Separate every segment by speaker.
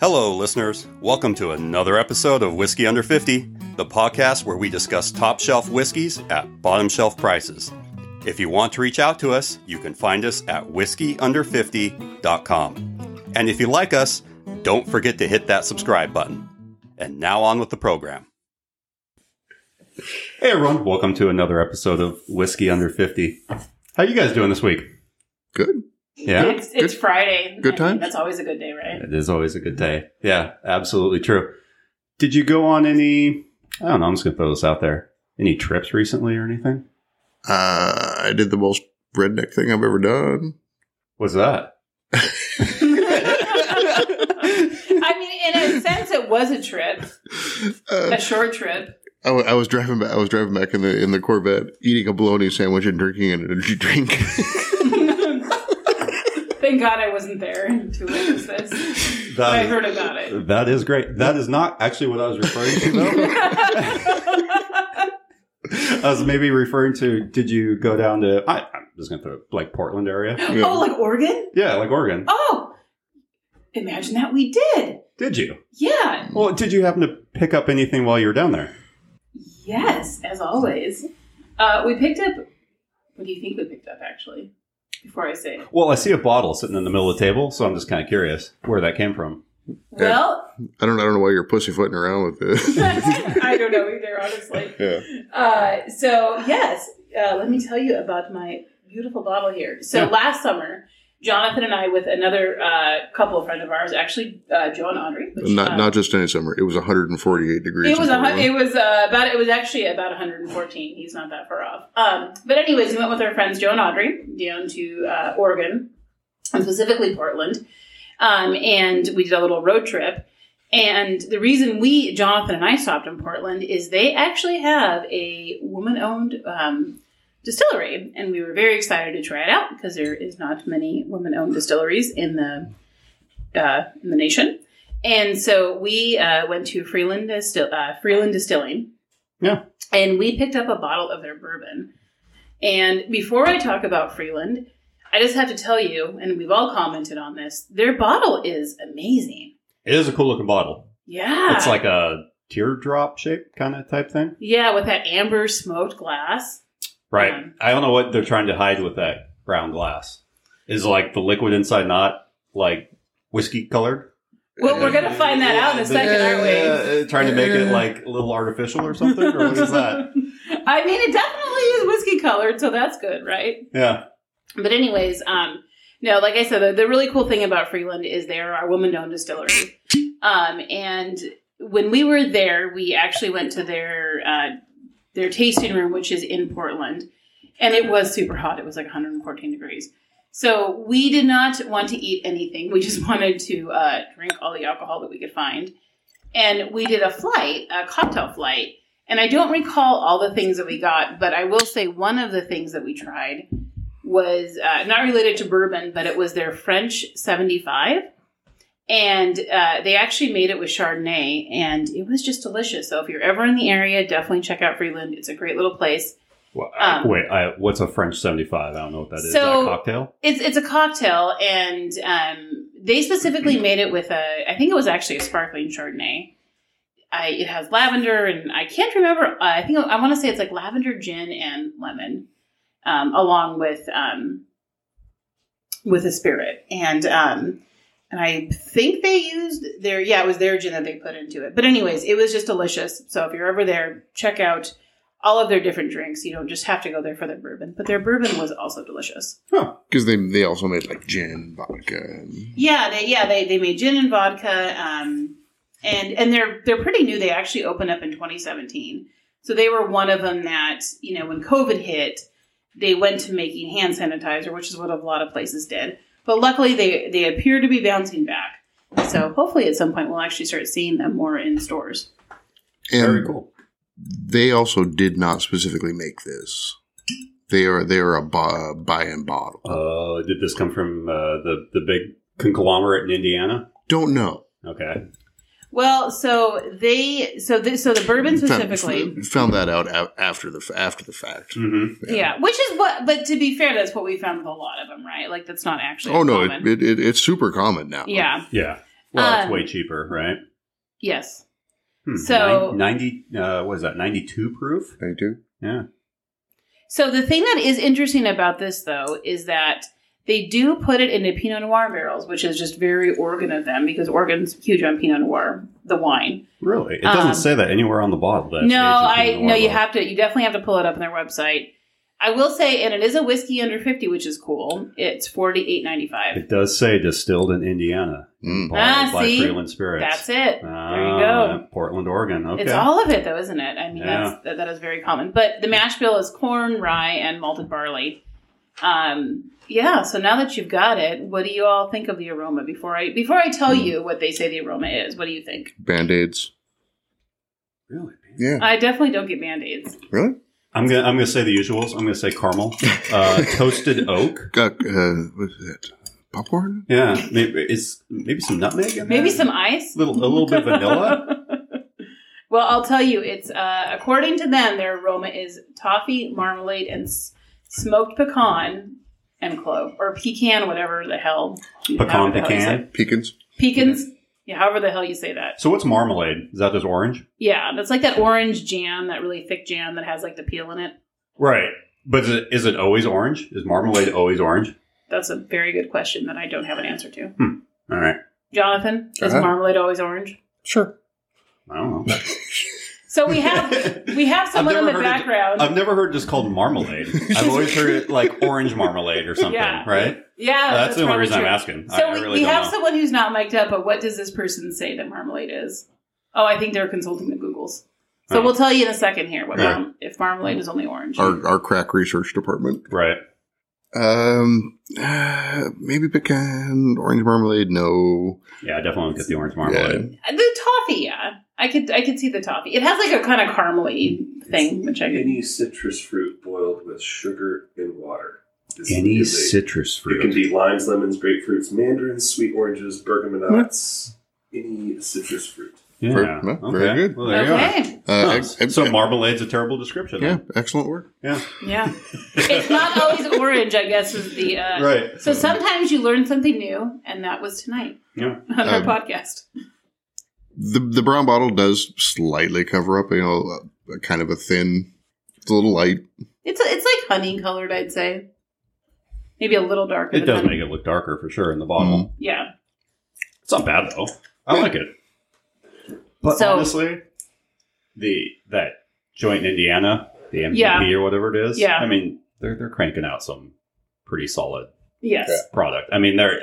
Speaker 1: Hello, listeners. Welcome to another episode of Whiskey Under 50, the podcast where we discuss top shelf whiskeys at bottom shelf prices. If you want to reach out to us, you can find us at whiskeyunder50.com. And if you like us, don't forget to hit that subscribe button. And now on with the program. Hey everyone, welcome to another episode of Whiskey Under 50. How you guys doing this week?
Speaker 2: Good.
Speaker 1: Yeah.
Speaker 3: It's, it's
Speaker 2: Good-
Speaker 3: Friday.
Speaker 2: good
Speaker 3: I mean,
Speaker 2: times?
Speaker 3: That's always a good day, right?
Speaker 1: It is always a good day. Yeah, absolutely true. Did you go on any? I don't know. I'm just gonna throw this out there. Any trips recently or anything?
Speaker 2: Uh, I did the most redneck thing I've ever done.
Speaker 1: What's that?
Speaker 3: I mean, in a sense, it was a trip,
Speaker 2: Uh,
Speaker 3: a short trip.
Speaker 2: I, wa- I was driving back. I was driving back in the in the Corvette, eating a bologna sandwich and drinking an energy drink.
Speaker 3: Thank God I wasn't there to witness this. But I heard about it.
Speaker 1: that is great. That is not actually what I was referring to. Though. I was maybe referring to. Did you go down to? I, I'm just gonna throw it, like Portland area.
Speaker 2: Yeah.
Speaker 3: Oh, like Oregon?
Speaker 1: Yeah, like Oregon.
Speaker 3: Oh, imagine that we did.
Speaker 1: Did you?
Speaker 3: Yeah.
Speaker 1: Well, did you happen to pick up anything while you were down there?
Speaker 3: Yes, as always. Uh, we picked up. What do you think we picked up, actually? Before I say it.
Speaker 1: Well, I see a bottle sitting in the middle of the table, so I'm just kind of curious where that came from.
Speaker 3: Well,
Speaker 2: I don't. I don't know why you're pussyfooting around with this.
Speaker 3: I don't know either, honestly.
Speaker 2: yeah.
Speaker 3: Uh, so yes, uh, let me tell you about my beautiful bottle here. So
Speaker 1: Yeah.
Speaker 3: last summer, Jonathan and I, with another uh, couple friend of ours, actually uh, Joe and Audrey. which, uh,
Speaker 2: Not not just any summer. It was 148 degrees.
Speaker 3: it was
Speaker 2: in
Speaker 3: a, hun-
Speaker 2: Portland.
Speaker 3: it was uh, about it was actually about 114. He's not that far off. Um, but anyways, we went with our friends Joe and Audrey down to uh, Oregon, and specifically Portland, um, and we did a little road trip. And the reason we Jonathan and I stopped in Portland is they actually have a woman-owned um, distillery, and we were very excited to try it out because there is not many women-owned distilleries in the uh, in the nation. And so we uh, went to Freeland, Distil- uh, Freeland Distilling.
Speaker 1: Yeah.
Speaker 3: And we picked up a bottle of their bourbon. And before I talk about Freeland, I just have to tell you, and we've all commented on this, their bottle is amazing.
Speaker 1: It is a cool looking bottle.
Speaker 3: Yeah.
Speaker 1: It's like a teardrop shape kind of type thing.
Speaker 3: yeah, with that amber smoked glass.
Speaker 1: Right.
Speaker 3: Mhm.
Speaker 1: I don't know what they're trying to hide with that brown glass. Is like the liquid inside not like whiskey colored?
Speaker 3: Well, we're gonna find that out in a second, aren't we?
Speaker 1: Yeah, uh, trying to make it like a little artificial or something, or what is that?
Speaker 3: I mean, it definitely is whiskey colored, so that's good, right?
Speaker 1: Yeah,
Speaker 3: But anyways, um, no, like I said, the, the really cool thing about Freeland is they're our woman-owned distillery. Um, and when we were there, we actually went to their uh, their tasting room, which is in Portland, and it was super hot. It was like 114 degrees. So we did not want to eat anything. We just wanted to uh, drink all the alcohol that we could find. And we did a flight, a cocktail flight. And I don't recall all the things that we got, but I will say one of the things that we tried was uh, not related to bourbon, but it was their French 75. And uh, they actually made it with Chardonnay, and it was just delicious. So if you're ever in the area, definitely check out Freeland. It's a great little place.
Speaker 1: Well,
Speaker 3: Um,
Speaker 1: wait, I, what's a French seventy-five? I don't know what that is.
Speaker 3: So-
Speaker 1: is that a cocktail?
Speaker 3: It's it's a cocktail, and um, they specifically made it with a. I think it was actually a sparkling Chardonnay. I, it has lavender, and I can't remember. Uh, I think I want to say it's like lavender gin and lemon, um, along with um, with a spirit, and um, and I think they used their yeah, it was their gin that they put into it. But anyways, it was just delicious. So if you're ever there, check out all of their different drinks. You don't just have to go there for their bourbon, but their bourbon was also delicious.
Speaker 2: because they they also made like gin, vodka. And,
Speaker 3: Yeah, they yeah they, they made gin and vodka, um, and and they're they're pretty new. They actually opened up in 2017, so they were one of them that you know when COVID hit, they went to making hand sanitizer, which is what a lot of places did. But luckily, they they appear to be bouncing back. So hopefully, at some point, we'll actually start seeing them more in stores.
Speaker 1: Very
Speaker 2: and
Speaker 1: cool.
Speaker 2: they also did not specifically make this. They are they are a bu- buy and bottle.
Speaker 1: Uh, did this come from uh, the the big conglomerate in Indiana?
Speaker 2: Don't know.
Speaker 1: Okay,
Speaker 3: Well, so they so the, so the bourbon specifically.
Speaker 2: Found, found that out a- after the f- after the fact.
Speaker 1: Mm-hmm.
Speaker 3: Yeah. which is what. But to be fair, that's what we found with a lot of them, right? Like that's not actually.
Speaker 2: Oh no,
Speaker 3: common.
Speaker 2: it, it, it it's super common now.
Speaker 3: yeah.
Speaker 1: Yeah. Well, it's
Speaker 3: Um,
Speaker 1: way cheaper, right?
Speaker 3: Yes.
Speaker 1: Hmm,
Speaker 3: so-
Speaker 1: nine- ninety. Uh, what is that? Ninety-two proof.
Speaker 2: I do.
Speaker 1: Yeah.
Speaker 3: So the thing that is interesting about this, though, is that they do put it into Pinot Noir barrels, which is just very Oregon of them because Oregon's huge on Pinot Noir, the wine.
Speaker 1: Really? It doesn't
Speaker 3: Um,
Speaker 1: say that anywhere on the bottle. that it's
Speaker 3: no,
Speaker 1: aged
Speaker 3: I
Speaker 1: in
Speaker 3: no, you
Speaker 1: Norwell.
Speaker 3: have to. You definitely have to pull it up on their website. I will say, and it is a whiskey under fifty, which is cool. It's forty eight ninety five.
Speaker 1: It does say distilled in Indiana,
Speaker 2: Mm.
Speaker 1: bottled
Speaker 3: Ah,
Speaker 1: by
Speaker 3: see?
Speaker 1: Freeland Spirits.
Speaker 3: That's it. There you
Speaker 1: Ah,
Speaker 3: go.
Speaker 1: Portland, Oregon. Okay.
Speaker 3: It's all of it, though, isn't it? I mean,
Speaker 1: Yeah.
Speaker 3: that's, that, that is very common. But the mash bill is corn, rye, and malted barley. Um, yeah. So now that you've got it, what do you all think of the aroma? Before I before I tell
Speaker 2: Hmm.
Speaker 3: you what they say the aroma is, what do you think?
Speaker 2: Band aids.
Speaker 1: really.
Speaker 2: Yeah.
Speaker 3: I definitely don't get band aids.
Speaker 2: Really?
Speaker 1: I'm gonna I'm gonna say the usuals. I'm gonna say caramel, uh, toasted oak.
Speaker 2: Uh, uh, what is it? Popcorn?
Speaker 1: Yeah, maybe it's maybe some nutmeg. in there?
Speaker 3: Maybe some ice.
Speaker 1: little a little bit of vanilla.
Speaker 3: well, I'll tell you, it's uh, according to them, their aroma is toffee, marmalade, and s- smoked pecan and clove or pecan, whatever the hell.
Speaker 1: Pecan,
Speaker 3: however the hell you say
Speaker 1: pecan.
Speaker 3: it.
Speaker 2: Pecans?
Speaker 3: pecans. Yeah, however the hell you say that.
Speaker 1: So what's marmalade? Is that just orange?
Speaker 3: Yeah, that's like that orange jam, that really thick jam that has like the peel in it.
Speaker 1: Right. But is it, is it always orange? Is marmalade always orange?
Speaker 3: That's a very good question that I don't have an answer to.
Speaker 1: All right.
Speaker 3: Jonathan, is
Speaker 2: Uh-huh.
Speaker 3: marmalade always orange?
Speaker 2: Sure.
Speaker 1: I don't know.
Speaker 3: So we have we have someone
Speaker 1: I've
Speaker 3: in
Speaker 1: never
Speaker 3: the
Speaker 1: heard it-
Speaker 3: background.
Speaker 1: I've never heard just called marmalade. I've always heard it like orange marmalade or something,
Speaker 3: Yeah.
Speaker 1: right?
Speaker 3: yeah,
Speaker 1: that's, the only
Speaker 3: probably
Speaker 1: reason
Speaker 3: true.
Speaker 1: I'm asking. I,
Speaker 3: So
Speaker 1: I
Speaker 3: we,
Speaker 1: really
Speaker 3: we
Speaker 1: don't
Speaker 3: have
Speaker 1: know.
Speaker 3: someone who's not mic'd up, but what does this person say that marmalade is? Oh, I think they're consulting the Googles. So
Speaker 1: Oh.
Speaker 3: we'll tell you in a second here what
Speaker 1: Yeah.
Speaker 3: mar- if marmalade is only orange.
Speaker 2: Our, our crack research department.
Speaker 1: right.
Speaker 2: Um, uh, maybe pecan, orange marmalade. No,
Speaker 1: Yeah, I definitely don't get the orange marmalade.
Speaker 3: the toffee, yeah. I could I could see the toffee. It has like a kind of caramely thing, which I could
Speaker 4: Any citrus fruit boiled with sugar and water. This
Speaker 1: Any
Speaker 4: is a-
Speaker 1: citrus
Speaker 4: It can
Speaker 1: fruit.
Speaker 4: be limes, lemons, grapefruits, mandarins, sweet oranges, bergamots, any citrus fruit.
Speaker 1: Yeah.
Speaker 2: Very- well, very
Speaker 1: Okay.
Speaker 2: good.
Speaker 1: Well, Oh, there you are.
Speaker 3: okay.
Speaker 2: Uh,
Speaker 1: Huh.
Speaker 2: ex- ex-
Speaker 1: so marmalade's a terrible description.
Speaker 2: yeah,
Speaker 1: then.
Speaker 2: excellent work.
Speaker 3: Yeah. it's not always orange, I guess, is the. Uh,
Speaker 1: Right.
Speaker 3: So sometimes you learn something new, and that was tonight
Speaker 1: Yeah.
Speaker 3: on our
Speaker 2: Um,
Speaker 3: podcast.
Speaker 2: The the brown bottle does slightly cover up, you know, a, a kind of a thin, it's a little light.
Speaker 3: It's it's like honey colored, I'd say. Maybe a little darker.
Speaker 1: It
Speaker 3: than
Speaker 1: does
Speaker 3: honey.
Speaker 1: make it look darker for sure in the bottle.
Speaker 3: Yeah.
Speaker 1: It's not bad though. I like it. But
Speaker 3: So-
Speaker 1: honestly, the that joint in Indiana, the MVP
Speaker 3: Yeah.
Speaker 1: or whatever it is.
Speaker 3: Yeah.
Speaker 1: I mean, they're they're cranking out some pretty solid
Speaker 3: Yes.
Speaker 1: product. I mean, they're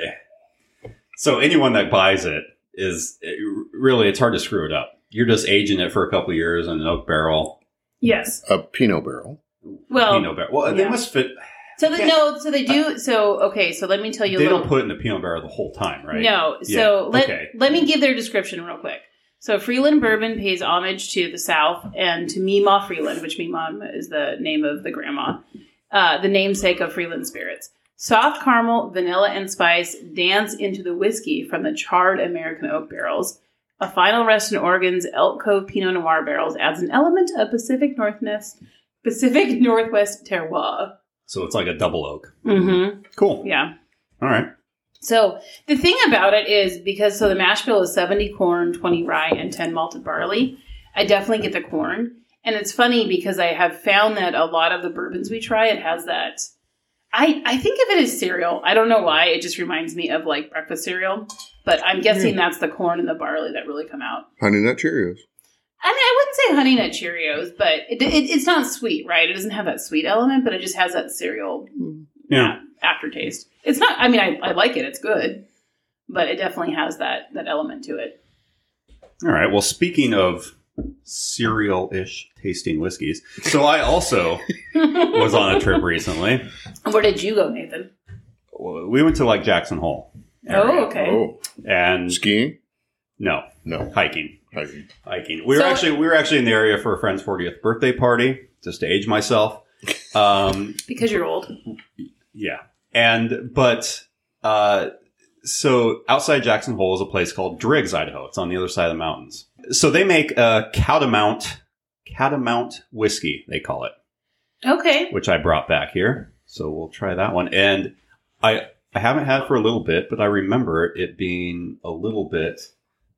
Speaker 1: so anyone that buys it is it, really it's hard to screw it up. You're just aging it for a couple years in an oak barrel,
Speaker 3: Yes.
Speaker 2: A Pinot barrel.
Speaker 3: Well,
Speaker 1: Pinot barrel. Well, they
Speaker 3: Oh. yeah.
Speaker 1: must fit.
Speaker 3: so the, no, so they do. So okay, so let me tell you.
Speaker 1: They
Speaker 3: a little,
Speaker 1: don't put it in the Pinot barrel the whole time, right?
Speaker 3: No.
Speaker 1: Yeah,
Speaker 3: So let,
Speaker 1: okay.
Speaker 3: let me give their description real quick. So Freeland Bourbon pays homage to the South and to Mima Freeland, which Mima is the name of the grandma, uh, the namesake of Freeland Spirits. Soft caramel, vanilla, and spice dance into the whiskey from the charred American oak barrels. A final rest in Oregon's Elk Cove Pinot Noir barrels adds an element of Pacific Northwest, Pacific Northwest terroir.
Speaker 1: So it's like a double oak.
Speaker 3: Mm-hmm.
Speaker 1: Cool.
Speaker 3: Yeah.
Speaker 1: All right.
Speaker 3: So the thing about it is because so the mash bill is 70 corn, 20 rye, and 10 malted barley. I definitely get the corn. And it's funny because I have found that a lot of the bourbons we try, it has that. I, I think of it as cereal. I don't know why. It just reminds me of like breakfast cereal. But I'm guessing that's the corn and the barley that really come out.
Speaker 2: Honey Nut Cheerios.
Speaker 3: I mean, I wouldn't say Honey Nut Cheerios, but it, it, it's not sweet, right? It doesn't have that sweet element, but it just has that cereal
Speaker 1: Yeah.
Speaker 3: aftertaste. It's not. I mean, I, I like it. It's good, but it definitely has that that element to it.
Speaker 1: All right. Well, speaking of cereal ish tasting whiskeys, so I also was on a trip recently.
Speaker 3: Where did you go, Nathan?
Speaker 1: We went to like Jackson Hole. area.
Speaker 3: Oh, okay.
Speaker 2: Oh,
Speaker 1: And
Speaker 2: skiing?
Speaker 1: no,
Speaker 2: No.
Speaker 1: hiking.
Speaker 2: Hiking.
Speaker 1: Hiking. We were
Speaker 3: So-
Speaker 1: actually we were actually in the area for a friend's 40th birthday party, just to age myself. Um,
Speaker 3: Because you're old.
Speaker 1: Yeah. And but uh so outside Jackson Hole is a place called Driggs, Idaho. It's on the other side of the mountains. So they make a catamount, catamount whiskey, they call it,
Speaker 3: Okay.
Speaker 1: which I brought back here. So we'll try that one. And I, I haven't had it for a little bit, but I remember it being a little bit,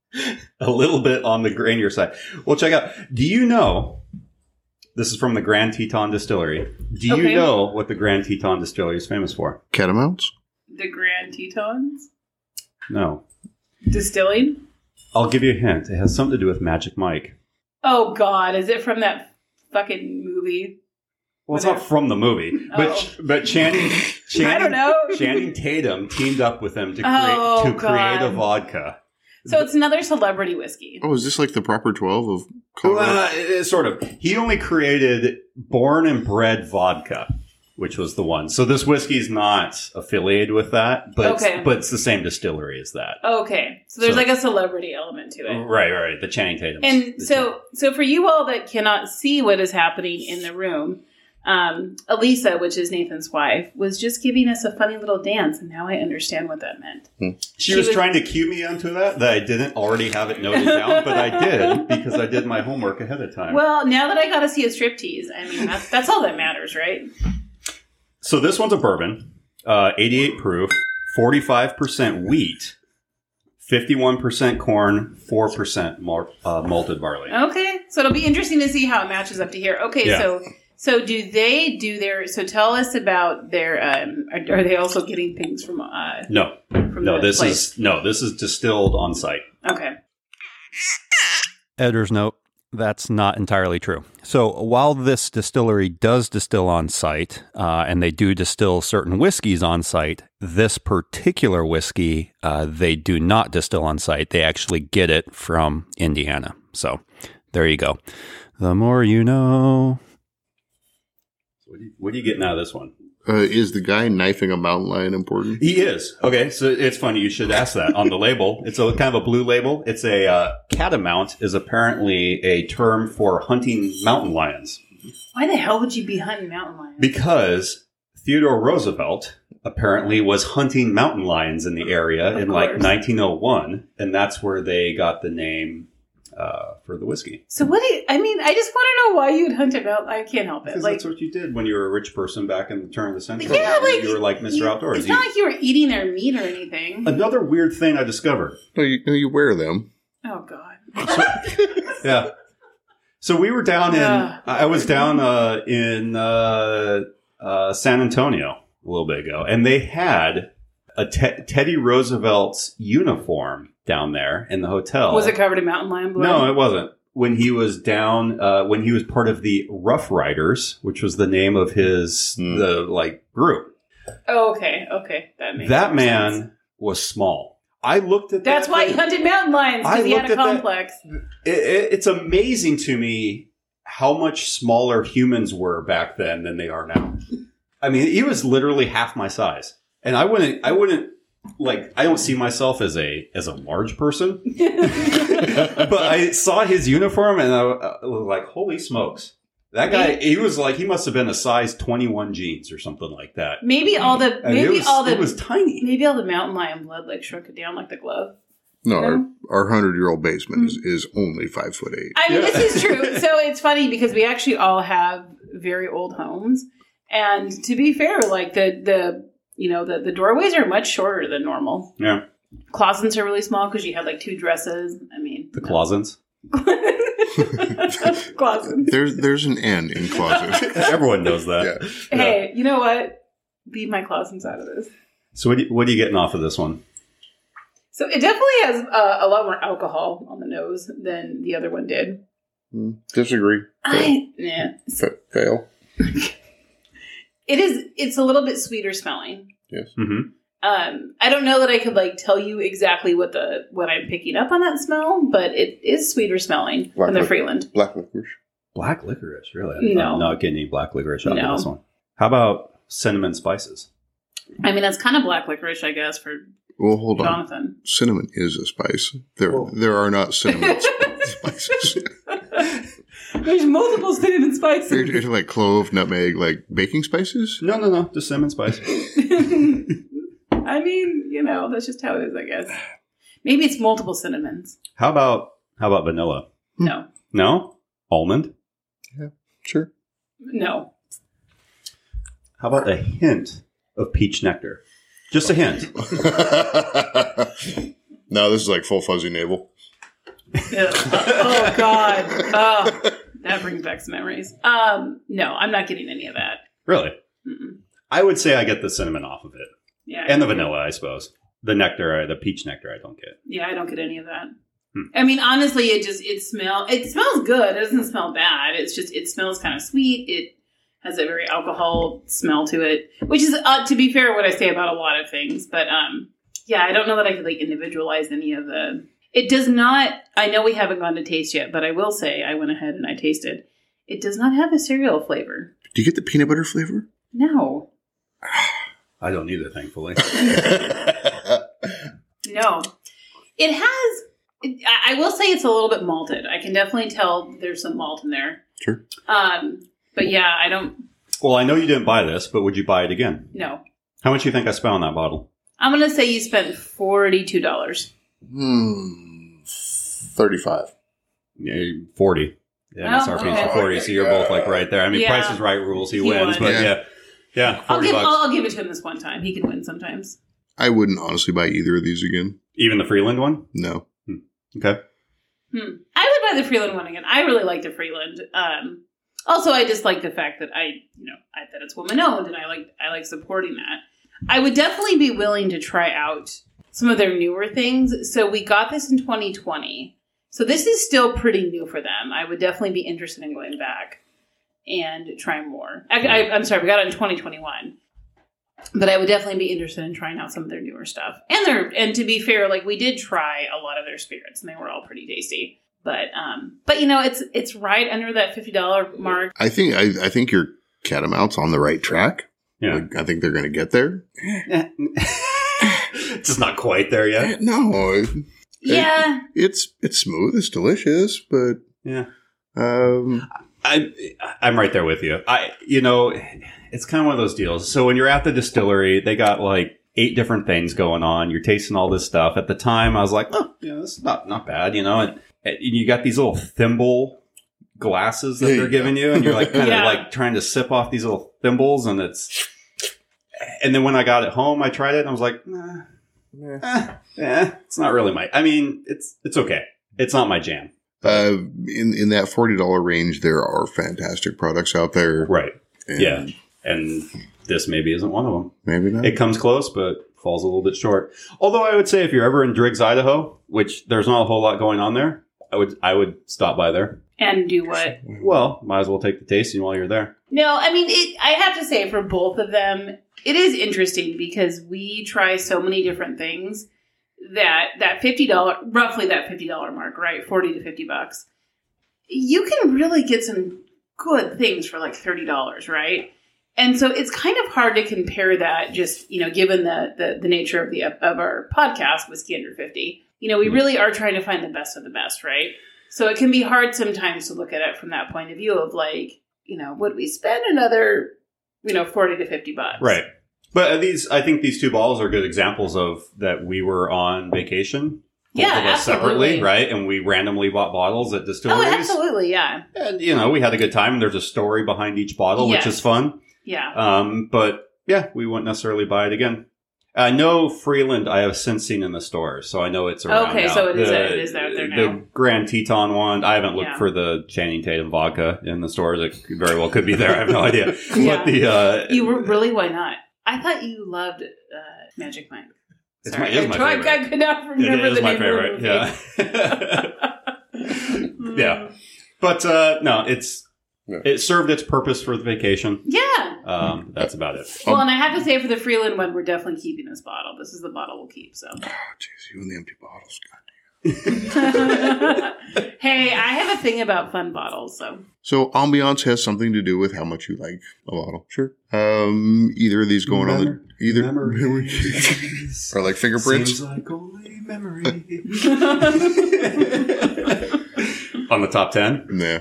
Speaker 1: a little bit on the grainier side. Well, check out. Do you know? This is from the Grand Teton Distillery. Do you
Speaker 3: Okay.
Speaker 1: know what the Grand Teton Distillery is famous for?
Speaker 2: Catamounts?
Speaker 3: The Grand Tetons
Speaker 1: No.
Speaker 3: distilling.
Speaker 1: I'll give you a hint. It has something to do with Magic Mike.
Speaker 3: Oh God, is it from that fucking movie?
Speaker 1: Well, it's not
Speaker 3: Whatever.
Speaker 1: from the movie, but but Channing, Channing
Speaker 3: Oh. I don't know.
Speaker 1: Channing Tatum teamed up with them to create
Speaker 3: Oh,
Speaker 1: to create a
Speaker 3: God.
Speaker 1: vodka.
Speaker 3: So it's another celebrity whiskey.
Speaker 2: Oh, is this like the proper 12 of Colorado?
Speaker 1: Uh, it- it's sort of. He only created born and bred vodka, which was the one. So this whiskey is not affiliated with that, but it's-
Speaker 3: Okay.
Speaker 1: but it's the same distillery as that.
Speaker 3: Okay, so there's
Speaker 1: So- Oh.
Speaker 3: like a celebrity element to it.
Speaker 1: Right, right. The Channing Tatum.
Speaker 3: And so, so for you all that cannot see what is happening in the room, um, Elisa, which is Nathan's wife, was just giving us a funny little dance, and now I understand what that meant.
Speaker 1: She,
Speaker 3: She
Speaker 1: was,
Speaker 3: was-
Speaker 1: trying to cue me onto that that I didn't already have it noted down, but I did because I did my homework ahead of time.
Speaker 3: Well, now that I got to see a striptease, I mean, that's, that's all that matters, right?
Speaker 1: so this one's a bourbon, uh, 88 proof, 45% wheat, 51% corn, 4% mar- uh, malted barley.
Speaker 3: Okay, so it'll be interesting to see how it matches up to here. Okay,
Speaker 1: Yeah.
Speaker 3: so so do they do their? So tell us about their. Um, are, are they also getting things from uh,
Speaker 1: No,
Speaker 3: from
Speaker 1: no,
Speaker 3: the
Speaker 1: this
Speaker 3: place?
Speaker 1: is no, this is distilled on site.
Speaker 3: okay.
Speaker 1: Editor's note that's not entirely true. So, while this distillery does distill on site uh, and they do distill certain whiskeys on site, this particular whiskey uh, they do not distill on site. They actually get it from Indiana. So, there you go. The more you know. What are you, what are you getting out of this one?
Speaker 2: Uh, is the guy knifing a mountain lion important?
Speaker 1: He is. Okay, so it's funny you should ask that on the label. It's a kind of a blue label. It's a uh, catamount is apparently a term for hunting mountain lions
Speaker 3: Why the hell would you be hunting mountain lions?
Speaker 1: because Theodore Roosevelt apparently was hunting mountain lions in the area
Speaker 3: Of
Speaker 1: in like
Speaker 3: course.
Speaker 1: 1901 and that's where they got the name uh, for the whiskey.
Speaker 3: so what? Do you, I mean, I just want to know why you'd hunt a mountain. I can't help it.
Speaker 1: Because
Speaker 3: Like,
Speaker 1: that's what you did when you were a rich person back in the turn of the century.
Speaker 3: yeah, like
Speaker 1: you were like Mr.
Speaker 3: you-
Speaker 1: Outdoors. Uh,
Speaker 3: It's
Speaker 1: You-
Speaker 3: not like you were eating their meat or anything.
Speaker 1: Another weird thing I discovered.
Speaker 2: No, you, no, you wear them.
Speaker 3: oh God.
Speaker 1: yeah. So we were down in.
Speaker 3: Yeah.
Speaker 1: I was down uh, in uh, uh, San Antonio a little bit ago, and they had a te- Teddy Roosevelt's uniform down there in the hotel.
Speaker 3: Was it covered in mountain lion blood?
Speaker 1: No, it wasn't. When he was down, uh, when he was part of the Rough Riders, which was the name of his
Speaker 2: Hmm.
Speaker 1: the like group,
Speaker 3: Oh, okay, okay, that makes
Speaker 1: that
Speaker 3: more
Speaker 1: man
Speaker 3: sense.
Speaker 1: was small. I looked at
Speaker 3: That's
Speaker 1: that
Speaker 3: why he
Speaker 1: thing.
Speaker 3: hunted mountain lions
Speaker 1: I
Speaker 3: because he
Speaker 1: looked
Speaker 3: had a
Speaker 1: at that-
Speaker 3: complex.
Speaker 1: it, it, it's amazing to me how much smaller humans were back then than they are now. I mean, he was literally half my size, and I wouldn't, I wouldn't like, I don't see myself as a as a large person, but I saw his uniform and I, I was like, holy smokes. That guy, he was like, he must have been a size 21 jeans or something like that.
Speaker 3: Maybe all the
Speaker 1: I mean,
Speaker 3: maybe
Speaker 1: it was,
Speaker 3: all the
Speaker 1: it was tiny.
Speaker 3: maybe all the mountain lion blood like shrunk it down like the glove.
Speaker 2: No,
Speaker 3: No.
Speaker 2: our our hundred year old basement is, is only five foot eight.
Speaker 3: I mean,
Speaker 1: Yeah.
Speaker 3: this is true. so it's funny because we actually all have very old homes, and to be fair, like the the you know the the doorways are much shorter than normal.
Speaker 1: Yeah.
Speaker 3: Closets are really small because you had like two dresses. I mean,
Speaker 1: The closets.
Speaker 3: closets.
Speaker 2: There's there's an N in closet.
Speaker 1: Everyone knows that. Yeah.
Speaker 3: Hey, you know what? Leave my closets out of this.
Speaker 1: So, what, do you- what are you getting off of this one?
Speaker 3: So it definitely has uh, a lot more alcohol on the nose than the other one did.
Speaker 2: Mm, Disagree.
Speaker 3: I yeah.
Speaker 2: F- fail.
Speaker 3: It is. It's a little bit sweeter smelling.
Speaker 1: Mm-hmm.
Speaker 3: Um, I don't know that I could like tell you exactly what the what I'm picking up on that smell, but it is sweeter smelling
Speaker 2: Black
Speaker 3: than the
Speaker 2: pepper.
Speaker 3: Freeland.
Speaker 2: Black licorice.
Speaker 1: Black licorice, really? I'm
Speaker 3: No.
Speaker 1: not- not getting any black licorice out
Speaker 3: No.
Speaker 1: of this one. How about cinnamon spices?
Speaker 3: I mean, that's kind of black licorice, I guess, for
Speaker 2: Well, hold on.
Speaker 3: Jonathan.
Speaker 2: Cinnamon is a spice. There
Speaker 1: Well-
Speaker 2: there are not cinnamon sp- spices.
Speaker 3: There's multiple cinnamon
Speaker 2: They're,
Speaker 3: spices.
Speaker 2: they're like clove, nutmeg, like baking spices.
Speaker 1: No, no, no, just cinnamon spice.
Speaker 3: I I mean, you know, that's just how it is, I guess. Maybe it's multiple cinnamons.
Speaker 1: How about how about vanilla?
Speaker 2: Hmm.
Speaker 3: No,
Speaker 1: No, almond.
Speaker 2: Sure.
Speaker 3: no.
Speaker 1: How about a hint of peach nectar? Just a hint.
Speaker 2: no, this is like full fuzzy navel.
Speaker 3: Ugh. oh God, oh, that brings back some memories. Um, no, I'm not getting any of that.
Speaker 1: Really,
Speaker 3: Mm-mm.
Speaker 1: I would say I get the cinnamon off of it,
Speaker 3: Yeah,
Speaker 1: and the vanilla, I suppose. The nectar, I, the peach nectar, I don't get.
Speaker 3: Yeah, I don't get any of that.
Speaker 1: Hmm.
Speaker 3: I mean, honestly, it just it smell it smells good. It doesn't smell bad. It's just it smells kind of sweet. It has a very alcohol smell to it, which is uh, to be fair what I say about a lot of things. But um, yeah, I don't know that I could like individualize any of the. It does not. I know we haven't gone to taste yet, but I will say I went ahead and I tasted. It does not have a cereal flavor.
Speaker 2: Do you get the peanut butter flavor?
Speaker 3: No,
Speaker 1: I don't either, thankfully.
Speaker 3: No, it has. It, I I will say it's a little bit malted. I can definitely tell there's some malt in there.
Speaker 2: Sure.
Speaker 3: Um, but yeah, I don't
Speaker 1: well, I know you didn't buy this, but would you buy it again?
Speaker 3: know.
Speaker 1: How much do you think I spent on that bottle?
Speaker 3: I'm gonna say you spent forty two dollars.
Speaker 2: Hmm. 35.
Speaker 1: Yeah, forty. Yeah,
Speaker 3: Oh,
Speaker 1: MSRP is
Speaker 3: okay.
Speaker 1: forty, so you're both like right there. I mean,
Speaker 3: Yeah.
Speaker 1: Price is Right rules. He,
Speaker 3: He
Speaker 1: wins,
Speaker 3: won.
Speaker 1: but
Speaker 2: Yeah.
Speaker 1: yeah, yeah,
Speaker 3: I'll
Speaker 1: forty
Speaker 3: give.
Speaker 1: bucks.
Speaker 3: I'll, I'll give it to him this one time. He can win sometimes.
Speaker 2: I wouldn't honestly buy either of these again.
Speaker 1: Even the Freeland one.
Speaker 2: No.
Speaker 1: Okay.
Speaker 3: Hmm. I would buy the Freeland one again. I really like the Freeland. Um, also, I just like the fact that I, you know, I, that it's woman owned, and I like I like supporting that. I would definitely be willing to try out some of their newer things. So we got this in 2020. So this is still pretty new for them. I would definitely be interested in going back and trying more. I, I, I'm sorry, we got it in 2021. But I would definitely be interested in trying out some of their newer stuff. And their and to be fair, like we did try a lot of their spirits and they were all pretty tasty. But um but you know, it's it's right under that $50 mark.
Speaker 2: I think I, I think your catamounts on the right track.
Speaker 1: Yeah.
Speaker 2: Like, I think they're going to get there.
Speaker 1: it's just not quite there yet.
Speaker 2: Eh, No, it-
Speaker 3: Yeah.
Speaker 2: it's it's smooth. It's delicious, but
Speaker 1: Yeah.
Speaker 2: um,
Speaker 1: I'm I'm right there with you. I you know, it's kind of one of those deals. So when you're at the distillery, they got like eight different things going on. You're tasting all this stuff. At the time, I was like, oh, yeah, this is not not bad, you know. And, and you got these little thimble glasses that
Speaker 2: Yeah,
Speaker 1: they're
Speaker 2: yeah.
Speaker 1: giving you, and you're like kind of
Speaker 3: Yeah.
Speaker 1: like trying to sip off these little thimbles, and it's. And then when I got it home, I tried it, and I was like, nah, eh, eh, it's not really my. I mean, it's it's okay. It's not my jam.
Speaker 2: uh, in in that forty dollar range, there are fantastic products out there.
Speaker 1: Right.
Speaker 2: and
Speaker 1: Yeah. And this maybe isn't one of them.
Speaker 2: maybe not.
Speaker 1: It comes close, but falls a little bit short. Although I would say if you're ever in Driggs, Idaho, which there's not a whole lot going on there, I would I would stop by there.
Speaker 3: And do what?
Speaker 1: Well, might as well take the tasting while you're there.
Speaker 3: No, I mean, it, I have to say for both of them, it is interesting because we try so many different things that that fifty dollar, roughly that fifty dollar mark, right, forty to fifty bucks, you can really get some good things for like thirty dollars, right? And so it's kind of hard to compare that, just you know, given the the, the nature of the of our podcast, whiskey under fifty. You know, we really are trying to find the best of the best, right? So it can be hard sometimes to look at it from that point of view of like, you know, would we spend another, you know, forty to fifty bucks?
Speaker 1: Right. But these, I think these two balls are good examples of that we were on vacation.
Speaker 3: Yeah,
Speaker 1: both of us separately,
Speaker 3: absolutely.
Speaker 1: right? And we randomly bought bottles at distilleries.
Speaker 3: Oh, absolutely, yeah,
Speaker 1: And, you know, we had a good time. And there's a story behind each bottle, which
Speaker 3: Yes.
Speaker 1: is fun.
Speaker 3: yeah.
Speaker 1: Um, but yeah, we wouldn't necessarily buy it again. I know Freeland. I have since seen in the store, so I know it's around.
Speaker 3: Okay,
Speaker 1: now.
Speaker 3: so it is-
Speaker 1: The-
Speaker 3: it is out there now.
Speaker 1: The Grand Teton one. I haven't looked
Speaker 3: Yeah.
Speaker 1: for the Channing Tatum vodka in the stores. It very well could be there. I have no idea.
Speaker 3: Yeah.
Speaker 1: But the uh,
Speaker 3: You were really? Why not? I thought you loved uh, Magic Mike.
Speaker 1: It's
Speaker 3: Sorry,
Speaker 1: my- it is my
Speaker 3: I, tried-
Speaker 1: favorite.
Speaker 3: I could not
Speaker 1: it
Speaker 3: remember
Speaker 1: is
Speaker 3: the
Speaker 1: my
Speaker 3: name
Speaker 1: favorite.
Speaker 3: of the
Speaker 1: Yeah,
Speaker 3: movie. Mm.
Speaker 1: yeah. But uh, no, it's
Speaker 2: Yeah.
Speaker 1: it served its purpose for the vacation.
Speaker 3: yeah.
Speaker 1: Um, that's about it.
Speaker 3: Well, and I have to say, for the Freeland one, we're definitely keeping this bottle. This is the bottle we'll keep. So,
Speaker 2: Oh, jeez, you and the empty bottles. God.
Speaker 3: hey, I have a thing about fun bottles. So,
Speaker 2: So ambiance has something to do with how much you like a bottle. Sure. Um, either of these going
Speaker 1: Memor-
Speaker 2: on the either
Speaker 1: Memories.
Speaker 2: or like fingerprints.
Speaker 1: Seems like only memory. On the top ten?
Speaker 2: Nah,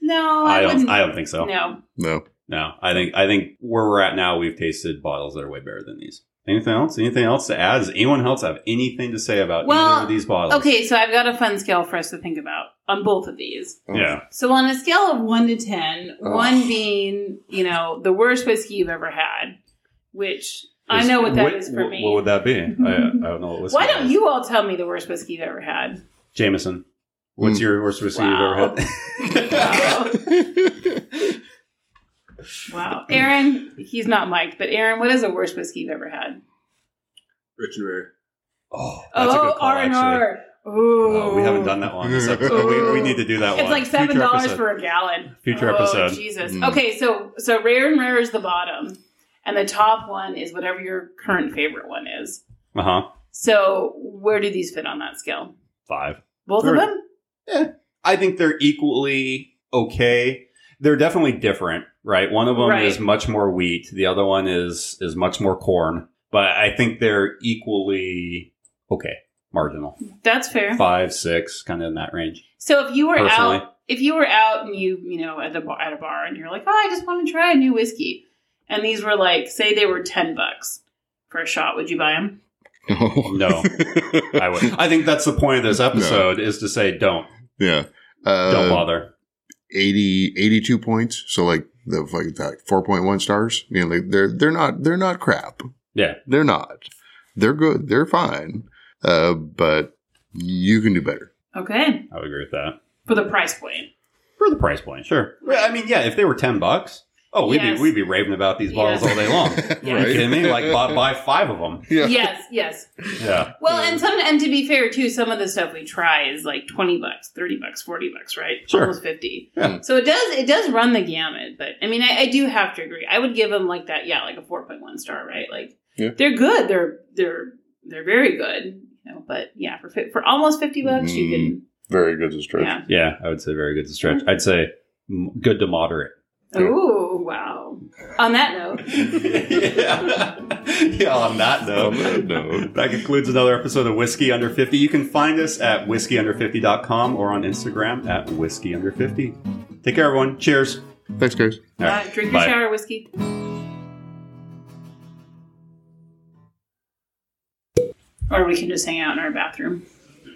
Speaker 3: no, I,
Speaker 1: I don't.
Speaker 3: wouldn't.
Speaker 1: I don't think so.
Speaker 3: Oh, no,
Speaker 2: no.
Speaker 1: No, I think I think where we're at now, we've tasted bottles that are way better than these. Anything else? Anything else to add? Does anyone else have anything to say about
Speaker 3: Well,
Speaker 1: either of these bottles?
Speaker 3: Okay, so I've got a fun scale for us to think about on both of these.
Speaker 1: Yeah.
Speaker 3: So on a scale of one to ten,
Speaker 2: Oh.
Speaker 3: one being you know the worst whiskey you've ever had, which I
Speaker 1: Is-
Speaker 3: know what that
Speaker 1: what-
Speaker 3: is for me.
Speaker 1: What would that be? I, I don't know what whiskey
Speaker 3: Why
Speaker 1: that
Speaker 3: don't
Speaker 1: is.
Speaker 3: you all tell me the worst whiskey you've ever had?
Speaker 1: Jameson? What's
Speaker 2: Mm.
Speaker 1: your worst whiskey
Speaker 3: Wow.
Speaker 1: you've ever had?
Speaker 3: Wow. wow, Aaron, he's not mic'd, but Aaron, what is the worst whiskey you've ever had?
Speaker 4: Rich and rare.
Speaker 1: oh, that's a good call,
Speaker 3: R and
Speaker 1: actually.
Speaker 3: R. Ooh,
Speaker 1: Oh, we haven't done that one. This episode. we, we need to do that
Speaker 3: It's
Speaker 1: one.
Speaker 3: like seven
Speaker 1: Future
Speaker 3: dollars
Speaker 1: episode.
Speaker 3: for a gallon.
Speaker 1: Future
Speaker 3: Oh,
Speaker 1: episode.
Speaker 3: Jesus.
Speaker 2: Mm.
Speaker 3: Okay, so so rare and rare is the bottom, and the top one is whatever your current favorite one is.
Speaker 1: Uh huh.
Speaker 3: So where do these fit on that scale?
Speaker 1: Five.
Speaker 3: Both
Speaker 1: They're-
Speaker 3: of them.
Speaker 1: I think they're equally okay. They're definitely different, right? One of them
Speaker 3: Right.
Speaker 1: is much more wheat. The other one is is much more corn. But I think they're equally okay, marginal,
Speaker 3: That's fair.
Speaker 1: five, six, kind of in that range.
Speaker 3: So if you were
Speaker 1: Personally.
Speaker 3: out, if you were out and you you know at the bar, at a bar and you're like, oh, I just want to try a new whiskey, and these were like, say they were ten bucks for a shot, would you buy them?
Speaker 1: No, I would. I think that's the point of this episode is to say don't
Speaker 2: yeah. Uh,
Speaker 1: don't bother.
Speaker 2: 80, 82 points. So like the like that four point one stars. You know, like they're they're not they're not crap.
Speaker 1: Yeah.
Speaker 2: They're not. They're good. They're fine. Uh, but you can do better.
Speaker 3: Okay,
Speaker 1: I would agree with that
Speaker 3: for the price point.
Speaker 1: for the price point. Sure. Well, I mean, yeah, if they were ten bucks, oh, we'd
Speaker 3: Yes.
Speaker 1: be we'd be raving about these bottles
Speaker 3: Yes.
Speaker 1: all day long.
Speaker 3: Yeah.
Speaker 1: Are you kidding me? Like buy, buy five of them.
Speaker 2: Yeah.
Speaker 3: Yes, yes.
Speaker 1: Yeah.
Speaker 3: Well,
Speaker 2: Yeah.
Speaker 3: and some, and to be fair too, some of the stuff we try is like twenty bucks, thirty bucks, forty bucks, right?
Speaker 1: Sure.
Speaker 3: Almost fifty.
Speaker 1: Yeah.
Speaker 3: So it does it does run the gamut, but I mean, I, I do have to agree. I would give them like that, yeah, like a four point one star, right? Like
Speaker 2: Yeah.
Speaker 3: they're good, they're they're they're very good, you know. But yeah, for fi- for almost fifty bucks, you
Speaker 2: Very good to
Speaker 3: can
Speaker 2: stretch.
Speaker 3: yeah.
Speaker 1: Yeah, I would say very good to stretch. I'd say m- good to moderate.
Speaker 2: Yeah.
Speaker 3: Oh wow! On that note,
Speaker 1: yeah. yeah, on that note.
Speaker 2: On that note.
Speaker 1: that concludes another episode of Whiskey Under 50. You can find us at whiskeyunder50.com or on Instagram at whiskeyunder50. Take care, everyone. Cheers.
Speaker 2: Thanks, guys.
Speaker 1: All
Speaker 3: uh,
Speaker 1: right.
Speaker 3: drink your
Speaker 1: Bye.
Speaker 3: shower whiskey. Or we can just hang out in our bathroom.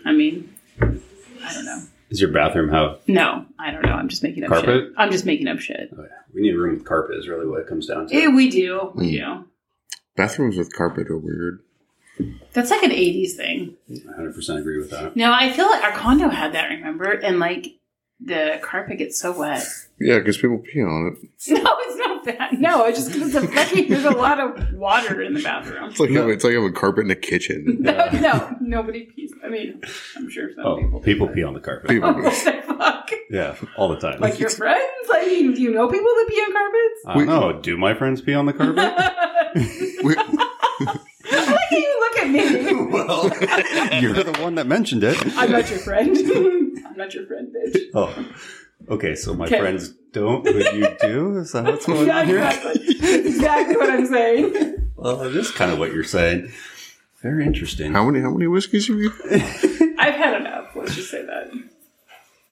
Speaker 3: I mean, I don't know.
Speaker 1: Does your bathroom have?
Speaker 3: No, I don't know. I'm just making up
Speaker 1: Carpet?
Speaker 3: shit. I'm just making up shit.
Speaker 1: Oh, yeah. We need a room with carpet, is really what it comes down to.
Speaker 3: Yeah, we do. We do.
Speaker 2: Bathrooms with carpet are weird.
Speaker 3: That's like an 80s thing.
Speaker 1: 100% agree with that.
Speaker 3: No, I feel like our condo had that, remember? And like the carpet gets so wet.
Speaker 2: Yeah, because people pee on it.
Speaker 3: No, it's not that. No, it's just because the fucking, there's a lot of water in the bathroom.
Speaker 2: It's like it's like having carpet in a kitchen.
Speaker 3: No,
Speaker 1: Yeah.
Speaker 3: no, nobody pees. I mean, I'm sure some
Speaker 1: Oh,
Speaker 3: people.
Speaker 1: people pee on the carpet.
Speaker 2: People-
Speaker 3: Oh, what the fuck?
Speaker 1: Yeah, all the time.
Speaker 3: Like your friends? I mean, do you know people that pee on carpets?
Speaker 1: I don't know. Do my friends pee on the carpet?
Speaker 2: We-
Speaker 3: I like how you look at me.
Speaker 1: well, you're the one that mentioned it.
Speaker 3: I'm not your friend. I'm not your friend, bitch.
Speaker 1: Oh, okay. So my
Speaker 3: Okay.
Speaker 1: friends don't, but you do. Is that what's going
Speaker 3: Yeah,
Speaker 1: on here?
Speaker 3: exactly. That's exactly what I'm saying.
Speaker 1: Well, it is kind of what you're saying. Very interesting.
Speaker 2: how many how many whiskeys have you
Speaker 3: I've had enough. Let's just say that.